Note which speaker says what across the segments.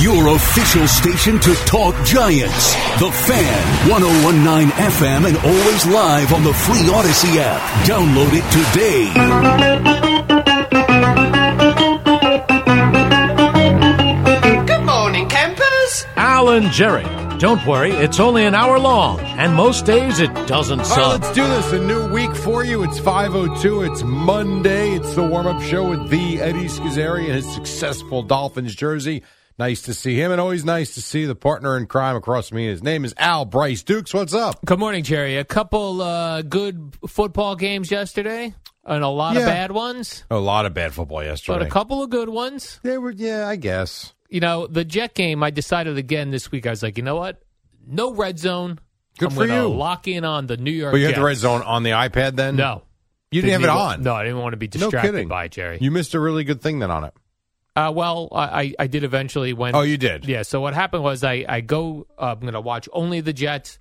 Speaker 1: Your official station to talk giants. The Fan, 1019 FM, and always live on the free Odyssey app. Download it today.
Speaker 2: Good morning, campers.
Speaker 3: Alan Jerry. Don't worry, it's only an hour long, and most days it doesn't
Speaker 4: All right,
Speaker 3: suck.
Speaker 4: let's do this. A new week for you. It's 502. It's Monday. It's the warm-up show with the Eddie Schizzeri in his successful Dolphins jersey. Nice to see him, and always nice to see the partner in crime across from me. His name is Al Bryce Dukes. What's up?
Speaker 5: Good morning, Jerry. A couple uh, good football games yesterday, and a lot
Speaker 4: Yeah.
Speaker 5: of bad ones,
Speaker 4: A lot of bad football
Speaker 5: but
Speaker 4: yesterday.
Speaker 5: a couple of good ones.
Speaker 4: they were, yeah, I guess.
Speaker 5: You know, the Jet game. I decided again this week. I was like, you know what? No red zone.
Speaker 4: Good
Speaker 5: I'm
Speaker 4: for
Speaker 5: gonna
Speaker 4: you.
Speaker 5: Lock in on the New York.
Speaker 4: But you had the
Speaker 5: Jets.
Speaker 4: red zone on the iPad then?
Speaker 5: No,
Speaker 4: You didn't, have it
Speaker 5: even-
Speaker 4: on.
Speaker 5: No, I didn't want to be
Speaker 4: No
Speaker 5: distracted
Speaker 4: kidding.
Speaker 5: by it, Jerry.
Speaker 4: You missed a really good thing then on it.
Speaker 5: uh, well, I, I- I did eventually when.
Speaker 4: Oh, you did?
Speaker 5: Yeah. So what happened was I I go. Uh, I'm gonna watch only the Jets.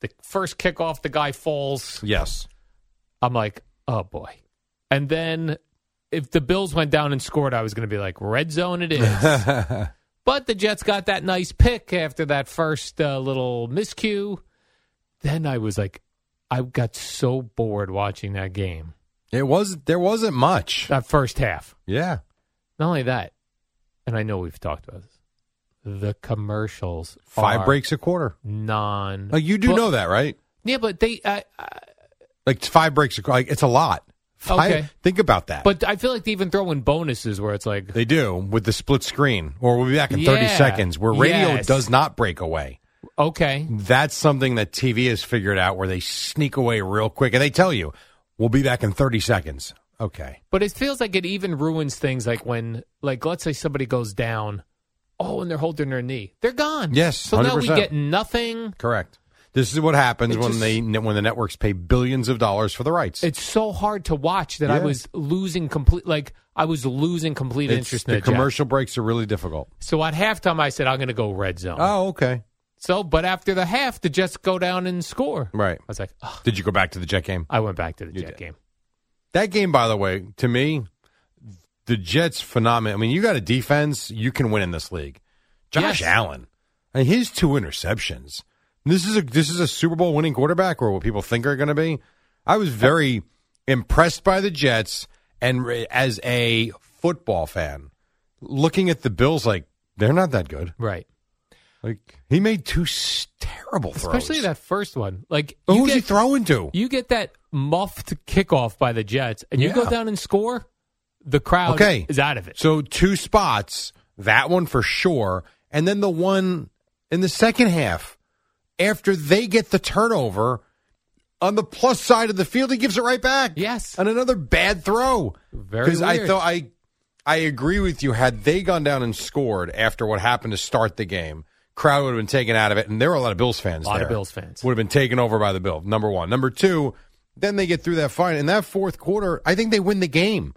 Speaker 5: The first kickoff, the guy falls.
Speaker 4: Yes.
Speaker 5: I'm like, oh boy. And then if the Bills went down and scored, I was going to be like, red zone it is. but the Jets got that nice pick after that first uh, little miscue. Then I was like, I got so bored watching that game,
Speaker 4: It was, there wasn't much.
Speaker 5: that first half.
Speaker 4: Yeah.
Speaker 5: Not only that, and I know we've talked about this, the commercials.
Speaker 4: Five
Speaker 5: are
Speaker 4: breaks a quarter.
Speaker 5: Non.
Speaker 4: Like, you do
Speaker 5: But-
Speaker 4: know that, right?
Speaker 5: Yeah, but they. I, I,
Speaker 4: Like five breaks a like it's a lot. Five-
Speaker 5: Okay.
Speaker 4: think about that.
Speaker 5: but I feel like they even throw in bonuses where it's like,
Speaker 4: they do with the split screen, or we'll be back in thirty
Speaker 5: Yeah.
Speaker 4: seconds. Where radio
Speaker 5: Yes.
Speaker 4: does not break away.
Speaker 5: okay,
Speaker 4: That's something that TV has figured out, where they sneak away real quick, and they tell you, "We'll be back in thirty seconds." Okay,
Speaker 5: But it feels like it even ruins things like when, like, let's say somebody goes down. Oh, and they're holding their knee. They're gone.
Speaker 4: Yes,
Speaker 5: So now we
Speaker 4: 100%.
Speaker 5: get nothing.
Speaker 4: correct. This is what happens
Speaker 5: It
Speaker 4: when
Speaker 5: just-
Speaker 4: they when the networks pay billions of dollars for the rights.
Speaker 5: It's so hard to watch that I
Speaker 4: Yeah.
Speaker 5: was losing complete, like, I was losing complete
Speaker 4: It's-
Speaker 5: interest in
Speaker 4: the
Speaker 5: the Jets.
Speaker 4: commercial breaks are really difficult.
Speaker 5: So at halftime, I said, I'm going to go red zone.
Speaker 4: Oh, okay.
Speaker 5: So, but after the half, the Jets go down and score.
Speaker 4: Right.
Speaker 5: I was like, oh,
Speaker 4: Did you go back to the Jet game?
Speaker 5: I went back to the
Speaker 4: You
Speaker 5: Jet
Speaker 4: did.
Speaker 5: game.
Speaker 4: That game, by the way, to me, the Jets phenomenon. I mean, you got a defense, you can win in this league. Josh
Speaker 5: Yes.
Speaker 4: Allen and his two interceptions. This is a this is a Super Bowl winning quarterback, or what people think are going to be. I was very impressed by the Jets, and re- as a football fan, looking at the Bills, like they're not that good.
Speaker 5: Right.
Speaker 4: Like he made two s- terrible throws.
Speaker 5: Especially that first one. Like,
Speaker 4: Who
Speaker 5: you
Speaker 4: was he
Speaker 5: get,
Speaker 4: throwing to?
Speaker 5: you get that muffed kickoff by the Jets, and you
Speaker 4: Yeah.
Speaker 5: go down and score, the crowd
Speaker 4: Okay.
Speaker 5: is out of it.
Speaker 4: So two spots, that one for sure, and then the one in the second half after they get the turnover on the plus side of the field, he gives it right back.
Speaker 5: Yes.
Speaker 4: and another bad throw.
Speaker 5: Very
Speaker 4: I
Speaker 5: weird.
Speaker 4: thought I I agree with you. Had they gone down and scored after what happened to start the game, crowd would have been taken out of it, and there were a lot of Bills fans.
Speaker 5: A lot of
Speaker 4: there.
Speaker 5: Bills fans.
Speaker 4: would have been taken over by the Bill. Number one, number two. Then they get through that fine. In that fourth quarter, I think they win the game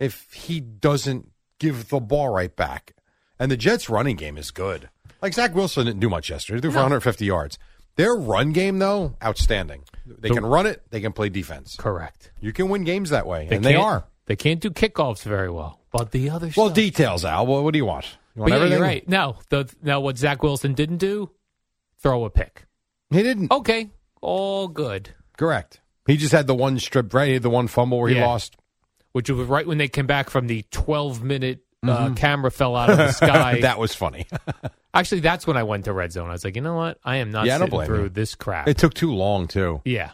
Speaker 4: if he doesn't give the ball right back. And the Jets' running game is good. Like Zach Wilson didn't do much yesterday. He threw for 150 yards. Their run game, though, outstanding. They can run it. They can play defense.
Speaker 5: Correct.
Speaker 4: You can win games that way, and they
Speaker 5: can't-
Speaker 4: are.
Speaker 5: They can't do kickoffs very well. But the other
Speaker 4: Well,
Speaker 5: stuff.
Speaker 4: details, Al. What, what do you want? You
Speaker 5: But
Speaker 4: want
Speaker 5: yeah,
Speaker 4: everything?
Speaker 5: you're right. Now, the, now what Zach Wilson didn't do, throw a pick.
Speaker 4: He didn't.
Speaker 5: Okay, all good.
Speaker 4: Correct. He just had the one strip, right? He had the one fumble where he
Speaker 5: Yeah.
Speaker 4: lost.
Speaker 5: Which was right when they came back from the 12 minute uh, camera fell out of the sky.
Speaker 4: Mm-hmm. that was funny.
Speaker 5: Actually, that's when I went to red zone. I was like, you know what? I am not
Speaker 4: Yeah, I don't
Speaker 5: sitting
Speaker 4: blame
Speaker 5: through
Speaker 4: you.
Speaker 5: this crap.
Speaker 4: it took too long, too.
Speaker 5: yeah.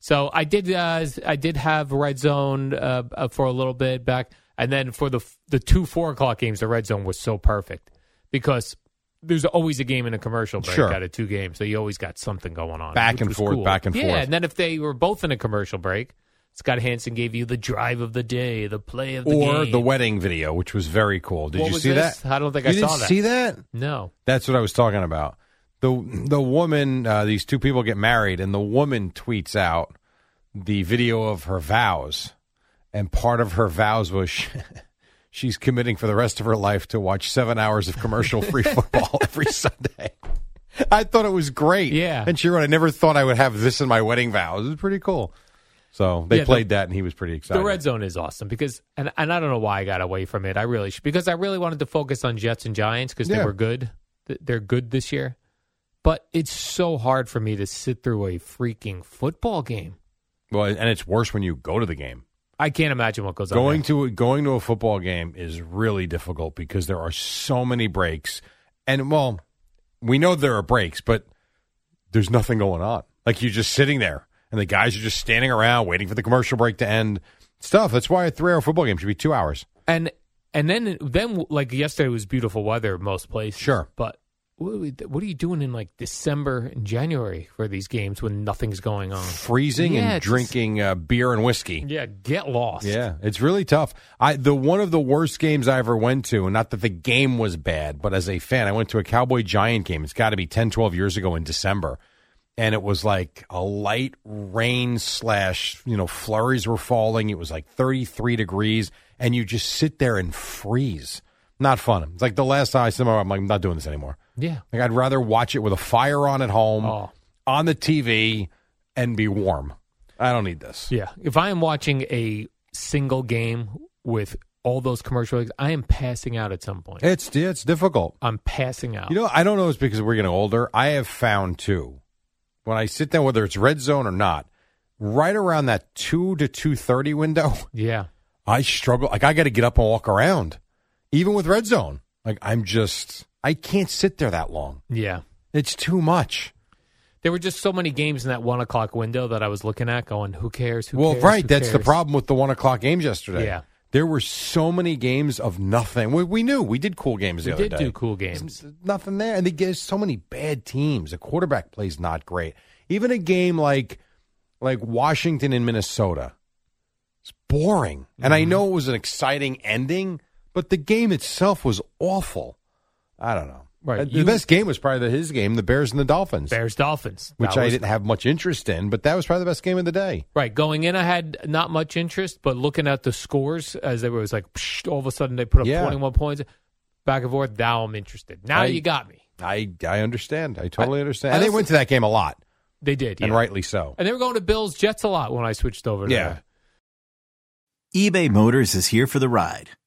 Speaker 5: So I did. Uh, I did have red zone uh, uh, for a little bit back. And then for the f- the two four o'clock games, the red zone was so perfect because there's always a game in a commercial break
Speaker 4: Sure.
Speaker 5: out of two games, so you always got something going on.
Speaker 4: Back
Speaker 5: which
Speaker 4: and
Speaker 5: was
Speaker 4: forth,
Speaker 5: cool.
Speaker 4: back and
Speaker 5: yeah,
Speaker 4: forth.
Speaker 5: and then if they were both in a commercial break, Scott Hansen gave you the drive of the day, the play of the
Speaker 4: or
Speaker 5: game.
Speaker 4: the wedding video, which was very cool. Did
Speaker 5: What
Speaker 4: you
Speaker 5: was
Speaker 4: see
Speaker 5: this?
Speaker 4: that?
Speaker 5: I don't think
Speaker 4: you
Speaker 5: I
Speaker 4: didn't
Speaker 5: saw that.
Speaker 4: See that?
Speaker 5: no.
Speaker 4: That's what I was talking about. The the woman, uh, these two people get married, and the woman tweets out the video of her vows, and part of her vows was she, she's committing for the rest of her life to watch seven hours of commercial free football every Sunday. I thought it was great.
Speaker 5: Yeah.
Speaker 4: and she wrote, "I never thought I would have this in my wedding vows." It was pretty cool. So they
Speaker 5: Yeah, the-
Speaker 4: played that, and he was pretty excited.
Speaker 5: The red zone is awesome because, and, and I don't know why I got away from it. I really should because I really wanted to focus on Jets and Giants because
Speaker 4: Yeah.
Speaker 5: they were good. Th- They're good this year, but it's so hard for me to sit through a freaking football game.
Speaker 4: Well, and it's worse when you go to the game.
Speaker 5: I can't imagine what goes on.
Speaker 4: going
Speaker 5: there.
Speaker 4: to going to a football game is really difficult because there are so many breaks, and well, we know there are breaks, but there's nothing going on. Like you're just sitting there, and the guys are just standing around waiting for the commercial break to end. Stuff. That's why a three-hour football game should be two hours.
Speaker 5: and and then then like yesterday was beautiful weather most places.
Speaker 4: Sure.
Speaker 5: but what, what are you doing in like December and January for these games when nothing's going on?
Speaker 4: Freezing
Speaker 5: Yeah,
Speaker 4: and
Speaker 5: it's-
Speaker 4: drinking uh, beer and whiskey.
Speaker 5: Yeah, get lost.
Speaker 4: Yeah, it's really tough. I the one of the worst games I ever went to, and not that the game was bad, but as a fan, I went to a Cowboy Giant game. It's got to be 10, 12 years ago in December, and it was like a light rain slash you know flurries were falling. It was like thirty three degrees, and you just sit there and freeze. Not fun. It's like the last time I saw my- I'm like, I'm not doing this anymore.
Speaker 5: yeah.
Speaker 4: Like I'd rather watch it with a fire on at home,
Speaker 5: Oh.
Speaker 4: on the TV, and be warm. I don't need this.
Speaker 5: Yeah. If I am watching a single game with all those commercial breaks, I am passing out at some point.
Speaker 4: It's it's difficult.
Speaker 5: I'm passing out.
Speaker 4: You know, I don't know. if It's because we're getting older. I have found too, when I sit down, whether it's red zone or not, right around that two to two thirty window,
Speaker 5: yeah.
Speaker 4: I struggle. Like I got to get up and walk around, even with red zone. Like I'm just, I can't sit there that long.
Speaker 5: Yeah.
Speaker 4: It's too much.
Speaker 5: There were just so many games in that one o'clock window that I was looking at going, who cares? Who
Speaker 4: well,
Speaker 5: cares?
Speaker 4: right.
Speaker 5: Who
Speaker 4: That's the
Speaker 5: cares?
Speaker 4: problem with the one o'clock games yesterday.
Speaker 5: Yeah.
Speaker 4: There were so many games of nothing. We, we knew we did cool games the
Speaker 5: We
Speaker 4: other
Speaker 5: did
Speaker 4: day.
Speaker 5: do cool games.
Speaker 4: There's nothing there. And they get so many bad teams. The quarterback plays not great. Even a game like like Washington and Minnesota, it's boring. And
Speaker 5: Mm-hmm.
Speaker 4: I know it was an exciting ending, but the game itself was awful. I don't know.
Speaker 5: Right.
Speaker 4: Uh, The
Speaker 5: You-
Speaker 4: best game was probably the, his game, the Bears and the Dolphins,
Speaker 5: Bears Dolphins.
Speaker 4: which
Speaker 5: That
Speaker 4: I
Speaker 5: was-
Speaker 4: didn't have much interest in, but that was probably the best game of the day.
Speaker 5: Right. Going in, I had not much interest, but looking at the scores as they were, it was like, psh, all of a sudden they put up
Speaker 4: Yeah.
Speaker 5: 21 points. Back and forth. Now I'm interested. Now
Speaker 4: I-
Speaker 5: you got me.
Speaker 4: I I understand. I totally
Speaker 5: I-
Speaker 4: understand.
Speaker 5: I
Speaker 4: and they
Speaker 5: also-
Speaker 4: went to that game a lot,
Speaker 5: They did.
Speaker 4: and
Speaker 5: yeah.
Speaker 4: rightly so.
Speaker 5: And they were going to Bills Jets a lot when I switched over to
Speaker 4: Yeah.
Speaker 5: that.
Speaker 6: eBay Motors is here for the ride.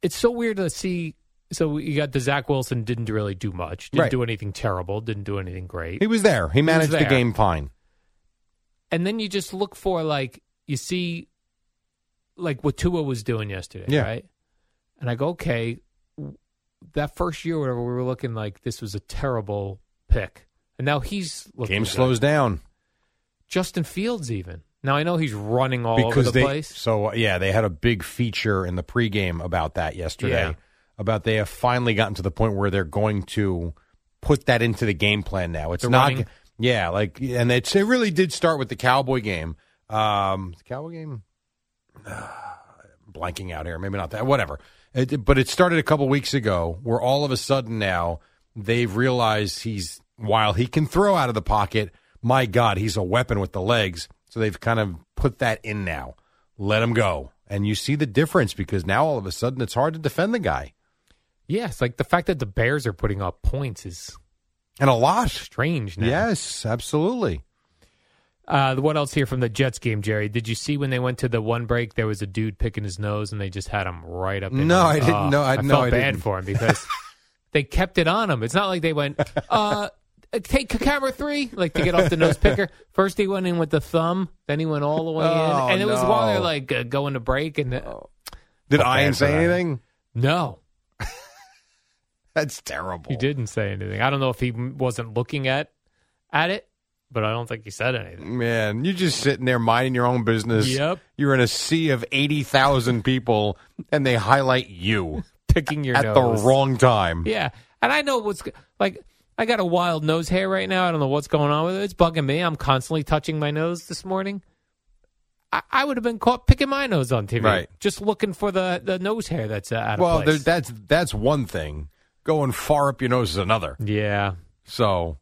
Speaker 5: it's so weird to see. So you got the Zach Wilson didn't really do much. Didn't
Speaker 4: Right.
Speaker 5: do anything terrible. Didn't do anything great.
Speaker 4: He was there. He managed the
Speaker 5: there.
Speaker 4: game fine.
Speaker 5: And then you just look for like you see, like what Tua was doing yesterday,
Speaker 4: Yeah.
Speaker 5: right? And I go, okay, w- that first year, whatever, we were looking like this was a terrible pick, and now he's looking
Speaker 4: Game
Speaker 5: good.
Speaker 4: slows down.
Speaker 5: Justin Fields even. Now I know he's running all over the
Speaker 4: they
Speaker 5: place.
Speaker 4: so uh, yeah they had a big feature in the pregame about that yesterday
Speaker 5: Yeah.
Speaker 4: about they have finally gotten to the point where they're going to put that into the game plan now it's
Speaker 5: The
Speaker 4: not
Speaker 5: running?
Speaker 4: yeah like and it's, it really did start with the cowboy game um the cowboy game blanking out here maybe not that whatever It, but it started a couple weeks ago, where all of a sudden now they've realized he's while he can throw out of the pocket, my God, he's a weapon with the legs. So they've kind of put that in now. Let him go, and you see the difference because now all of a sudden it's hard to defend the guy,
Speaker 5: Yes, like the fact that the Bears are putting up points is
Speaker 4: and a lot.
Speaker 5: strange now.
Speaker 4: Yes, absolutely.
Speaker 5: Uh, what else here from the Jets game, Jerry? Did you see when they went to the one break? There was a dude picking his nose, and they just had him right up. in
Speaker 4: No,
Speaker 5: there.
Speaker 4: I didn't
Speaker 5: Oh,
Speaker 4: know- I-
Speaker 5: I
Speaker 4: no,
Speaker 5: felt
Speaker 4: I
Speaker 5: bad
Speaker 4: didn't.
Speaker 5: for him because they kept it on him. It's not like they went, uh, "Take camera three, like to get off the nose picker. First he went in with the thumb, then he went all the way
Speaker 4: Oh,
Speaker 5: in, and it was while they're
Speaker 4: no. Oh.
Speaker 5: like uh, going to break. And uh,
Speaker 4: Did
Speaker 5: Felt
Speaker 4: Ian
Speaker 5: bad
Speaker 4: say
Speaker 5: for Ian.
Speaker 4: anything?
Speaker 5: no,
Speaker 4: That's terrible.
Speaker 5: he didn't say anything. I don't know if he m- wasn't looking at at it, but I don't think he said anything.
Speaker 4: Man, you're just sitting there minding your own business.
Speaker 5: Yep.
Speaker 4: You're in a sea of 80,000 people, and they highlight you
Speaker 5: Picking your
Speaker 4: at
Speaker 5: nose.
Speaker 4: the wrong time.
Speaker 5: Yeah, and I know what's like. I got a wild nose hair right now. I don't know what's going on with it. It's bugging me. I'm constantly touching my nose this morning. I, I would have been caught picking my nose on TV,
Speaker 4: Right.
Speaker 5: Just looking for the, the nose hair that's uh, out
Speaker 4: Well,
Speaker 5: of
Speaker 4: there,
Speaker 5: place.
Speaker 4: that's that's one thing. Going far up your nose is another.
Speaker 5: yeah,
Speaker 4: So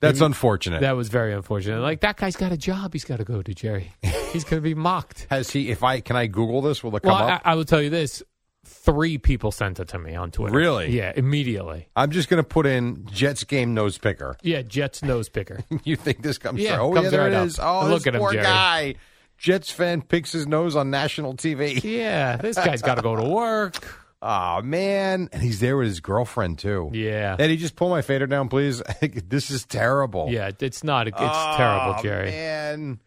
Speaker 4: that's unfortunate.
Speaker 5: that was very unfortunate. Like that guy's got a job. He's got to go to Jerry. He's going to be mocked.
Speaker 4: Has he? If I can, I Google this. Will it come
Speaker 5: well, I,
Speaker 4: up?
Speaker 5: I will tell you this: three people sent it to me on Twitter.
Speaker 4: Really?
Speaker 5: Yeah, immediately.
Speaker 4: I, am just going to put in Jets game nose picker.
Speaker 5: Yeah, Jets nose picker.
Speaker 4: you think this comes
Speaker 5: Yeah,
Speaker 4: through? Oh,
Speaker 5: comes
Speaker 4: yeah, there
Speaker 5: right
Speaker 4: it
Speaker 5: up.
Speaker 4: is. Oh,
Speaker 5: Look
Speaker 4: this
Speaker 5: at him,
Speaker 4: poor
Speaker 5: Jerry.
Speaker 4: guy. Jets fan picks his nose on national TV.
Speaker 5: yeah, this guy's got to go to work.
Speaker 4: Oh man, and he's there with his girlfriend too.
Speaker 5: Yeah.
Speaker 4: Eddie, just pull my fader down, please. this is terrible.
Speaker 5: Yeah, it's not. It's
Speaker 4: Oh,
Speaker 5: terrible, Jerry.
Speaker 4: Man,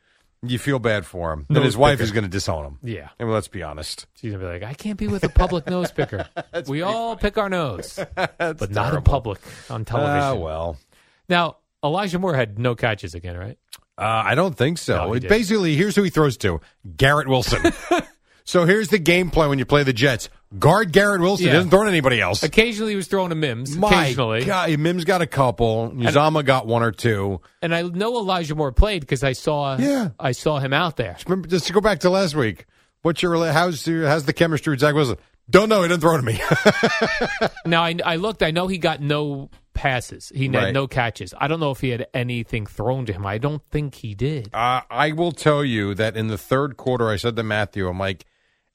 Speaker 4: you feel bad for him. Then his
Speaker 5: Nose
Speaker 4: wife
Speaker 5: picker.
Speaker 4: is going to disown him.
Speaker 5: Yeah.
Speaker 4: I mean, let's be honest.
Speaker 5: She's going to be like, I can't be with a public nose picker. we all pick our nose, but not in
Speaker 4: terrible.
Speaker 5: public on television.
Speaker 4: Ah, well,
Speaker 5: Now, Elijah Moore had no catches again, right?
Speaker 4: uh, I don't think
Speaker 5: No,
Speaker 4: so.
Speaker 5: he
Speaker 4: It
Speaker 5: did.
Speaker 4: basically, here's who he throws to: Garrett Wilson. so here's the game plan when you play the Jets: guard Garrett Wilson.
Speaker 5: Yeah.
Speaker 4: He doesn't throw to anybody else.
Speaker 5: Occasionally he was throwing to Mims.
Speaker 4: My
Speaker 5: occasionally.
Speaker 4: God, Mims got a couple. Uzama got one or two.
Speaker 5: And I know Elijah Moore played because I saw
Speaker 4: Yeah.
Speaker 5: I saw him out there.
Speaker 4: Remember, just to go back to last week. What's your rela- how's your, how's the chemistry with Zach Wilson? Don't know. He didn't throw to me.
Speaker 5: Now I, I looked, I know he got no passes. He
Speaker 4: Right.
Speaker 5: had no catches. I don't know if he had anything thrown to him. I don't think he did.
Speaker 4: uh, I will tell you that in the third quarter, I said to Matthew, "I'm like,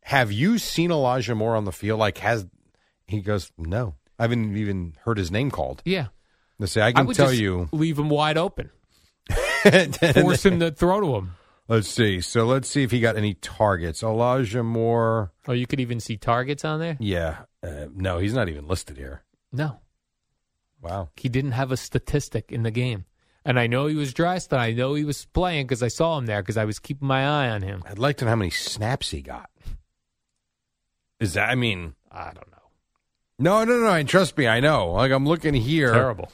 Speaker 4: have you seen Elijah Moore on the field? Like, has he goes? No, I haven't even heard his name called.
Speaker 5: Yeah.
Speaker 4: They say I can
Speaker 5: would
Speaker 4: tell
Speaker 5: just
Speaker 4: you.
Speaker 5: leave him wide open. Force him to throw to him.
Speaker 4: Let's see. So let's see if he got any targets. Elijah Moore.
Speaker 5: Oh, you could even see targets on there?
Speaker 4: Yeah, uh, no, he's not even listed here.
Speaker 5: No.
Speaker 4: Wow.
Speaker 5: He didn't have a statistic in the game. And I know he was dressed and I know he was playing because I saw him there because I was keeping my eye on him.
Speaker 4: I'd like to know how many snaps he got. Is that? I mean,
Speaker 5: I don't know.
Speaker 4: no, no, no. And trust me, I know. Like I'm looking here. Oh,
Speaker 5: Terrible.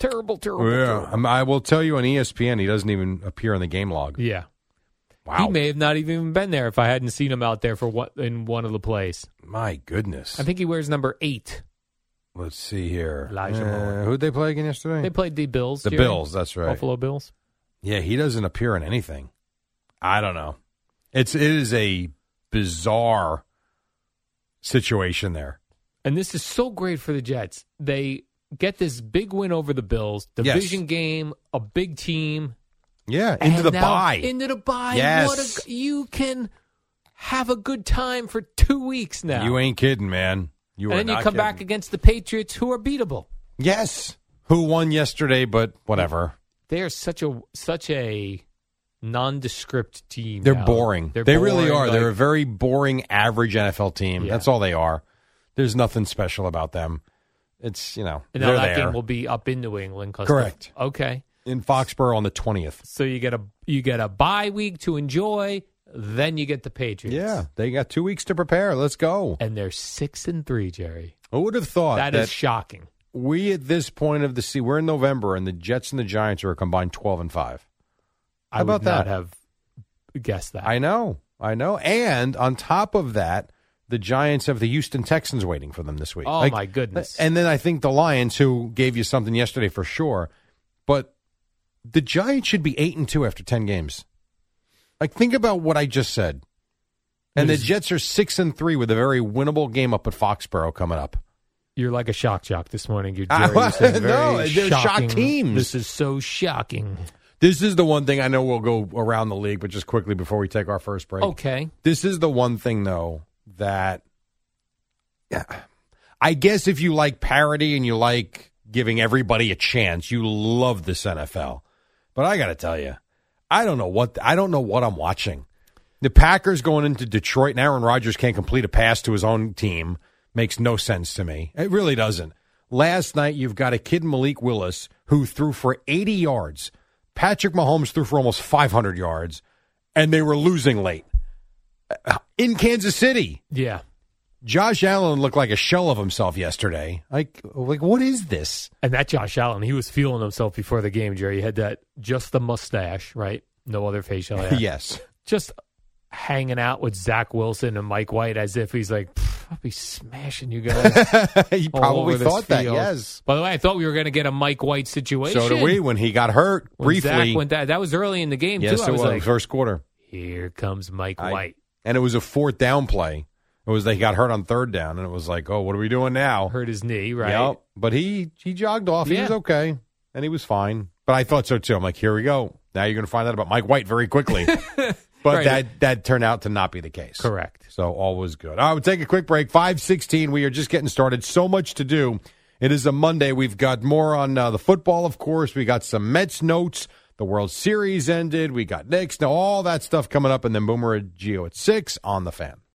Speaker 5: Terrible, terrible.
Speaker 4: Yeah,
Speaker 5: terrible.
Speaker 4: I'm- I will tell you on E ESPN, he doesn't even appear in the game log.
Speaker 5: Yeah.
Speaker 4: Wow.
Speaker 5: He may have not even been there if I hadn't seen him out there for what in one of the plays.
Speaker 4: My goodness.
Speaker 5: I think he wears number eight.
Speaker 4: Let's see here. Uh,
Speaker 5: Elijah Moore.
Speaker 4: who'd they play again yesterday?
Speaker 5: They played the Bills.
Speaker 4: the
Speaker 5: Jerry.
Speaker 4: Bills, that's right.
Speaker 5: Buffalo Bills.
Speaker 4: Yeah, he doesn't appear in anything. I don't know. It's it is a bizarre situation there.
Speaker 5: And this is so great for the Jets. They get this big win over the Bills,
Speaker 4: Yes.
Speaker 5: division game, a big team.
Speaker 4: Yeah, into
Speaker 5: And
Speaker 4: the
Speaker 5: now
Speaker 4: bye.
Speaker 5: Into the bye.
Speaker 4: Yes.
Speaker 5: What a, you can have a good time for two weeks now.
Speaker 4: You ain't kidding, man. You
Speaker 5: and
Speaker 4: are
Speaker 5: then you
Speaker 4: not
Speaker 5: come back
Speaker 4: kidding.
Speaker 5: against the Patriots, who are beatable.
Speaker 4: Yes. Who won yesterday, but whatever.
Speaker 5: They are such a such a nondescript team.
Speaker 4: They're
Speaker 5: now.
Speaker 4: boring.
Speaker 5: They're
Speaker 4: they really
Speaker 5: boring,
Speaker 4: are. They're a
Speaker 5: like-
Speaker 4: very boring, average NFL team.
Speaker 5: Yeah.
Speaker 4: That's all they are. There's nothing special about them. It's you know
Speaker 5: and
Speaker 4: they're
Speaker 5: now that
Speaker 4: there
Speaker 5: game will be up in New England. 'cause
Speaker 4: Correct.
Speaker 5: of- okay.
Speaker 4: in Foxborough on the twentieth.
Speaker 5: So you get a you get a bye week to enjoy. Then you get the Patriots.
Speaker 4: Yeah, they got two weeks to prepare. Let's go.
Speaker 5: And they're six and three, Jerry.
Speaker 4: Who would have thought Uh, that,
Speaker 5: that is shocking.
Speaker 4: we at this point of the sea we're in November and the Jets and the Giants are a combined twelve and five.
Speaker 5: I
Speaker 4: How
Speaker 5: would
Speaker 4: about
Speaker 5: not
Speaker 4: that?
Speaker 5: have guessed that.
Speaker 4: I know, I know. And on top of that, the Giants have the Houston Texans waiting for them this week.
Speaker 5: Oh, my goodness.
Speaker 4: And then I think the Lions, who gave you something yesterday for sure, but the Giants should be eight and two after ten games. Like think about what I just said. And the Jets are six and three with a very winnable game up at Foxborough coming up.
Speaker 5: You're like a shock jock this morning. You're
Speaker 4: I
Speaker 5: Jerry. This is
Speaker 4: was- no,
Speaker 5: very
Speaker 4: they're shock
Speaker 5: shocking.
Speaker 4: teams.
Speaker 5: This is so shocking.
Speaker 4: This is the one thing I know we'll go around the league, but just quickly before we take our first break.
Speaker 5: Okay.
Speaker 4: This is the one thing though that yeah, I guess if you like parody and you like giving everybody a chance, you love this NFL. But I got to tell you, I don't know what I don't know what I'm watching. The Packers going into Detroit and Aaron Rodgers can't complete a pass to his own team makes no sense to me. It really doesn't. Last night you've got a kid Malik Willis who threw for 80 yards. Patrick Mahomes threw for almost 500 yards and they were losing late. In Kansas City,
Speaker 5: Yeah.
Speaker 4: Josh Allen looked like a shell of himself yesterday. Like like what is this?
Speaker 5: And that Josh Allen, he was feeling himself before the game, Jerry. He had that just the mustache, right? No other facial hair.
Speaker 4: Yes.
Speaker 5: Just hanging out with Zach Wilson and Mike White as if he's like, "Pff, I'll be smashing you guys.
Speaker 4: he
Speaker 5: all
Speaker 4: probably
Speaker 5: over this
Speaker 4: thought that,
Speaker 5: field."
Speaker 4: yes.
Speaker 5: By the way, I thought we were going to get a Mike White situation.
Speaker 4: So do we when he got hurt
Speaker 5: When
Speaker 4: briefly.
Speaker 5: Zach went that, that was early in the game,
Speaker 4: yes,
Speaker 5: too.
Speaker 4: it
Speaker 5: I was,
Speaker 4: was
Speaker 5: like,
Speaker 4: first quarter.
Speaker 5: here comes Mike
Speaker 4: I-
Speaker 5: White.
Speaker 4: and it was a fourth down play. It was that he got hurt on third down, and it was like, oh, what are we doing now?
Speaker 5: Hurt his knee, right?
Speaker 4: Yep. But he he jogged off. He
Speaker 5: Yeah.
Speaker 4: was okay, and he was fine. But I thought so too. I'm like, here we go. Now you're going to find out about Mike White very quickly. but
Speaker 5: Right.
Speaker 4: that that turned out to not be the case.
Speaker 5: Correct.
Speaker 4: So all was good. All right, we'll take a quick break. Five sixteen. We are just getting started. So much to do. It is a Monday. We've got more on uh, the football, of course. We got some Mets notes. The World Series ended. We got Knicks. Now all that stuff coming up, and then Boomer and Geo at six on the fan.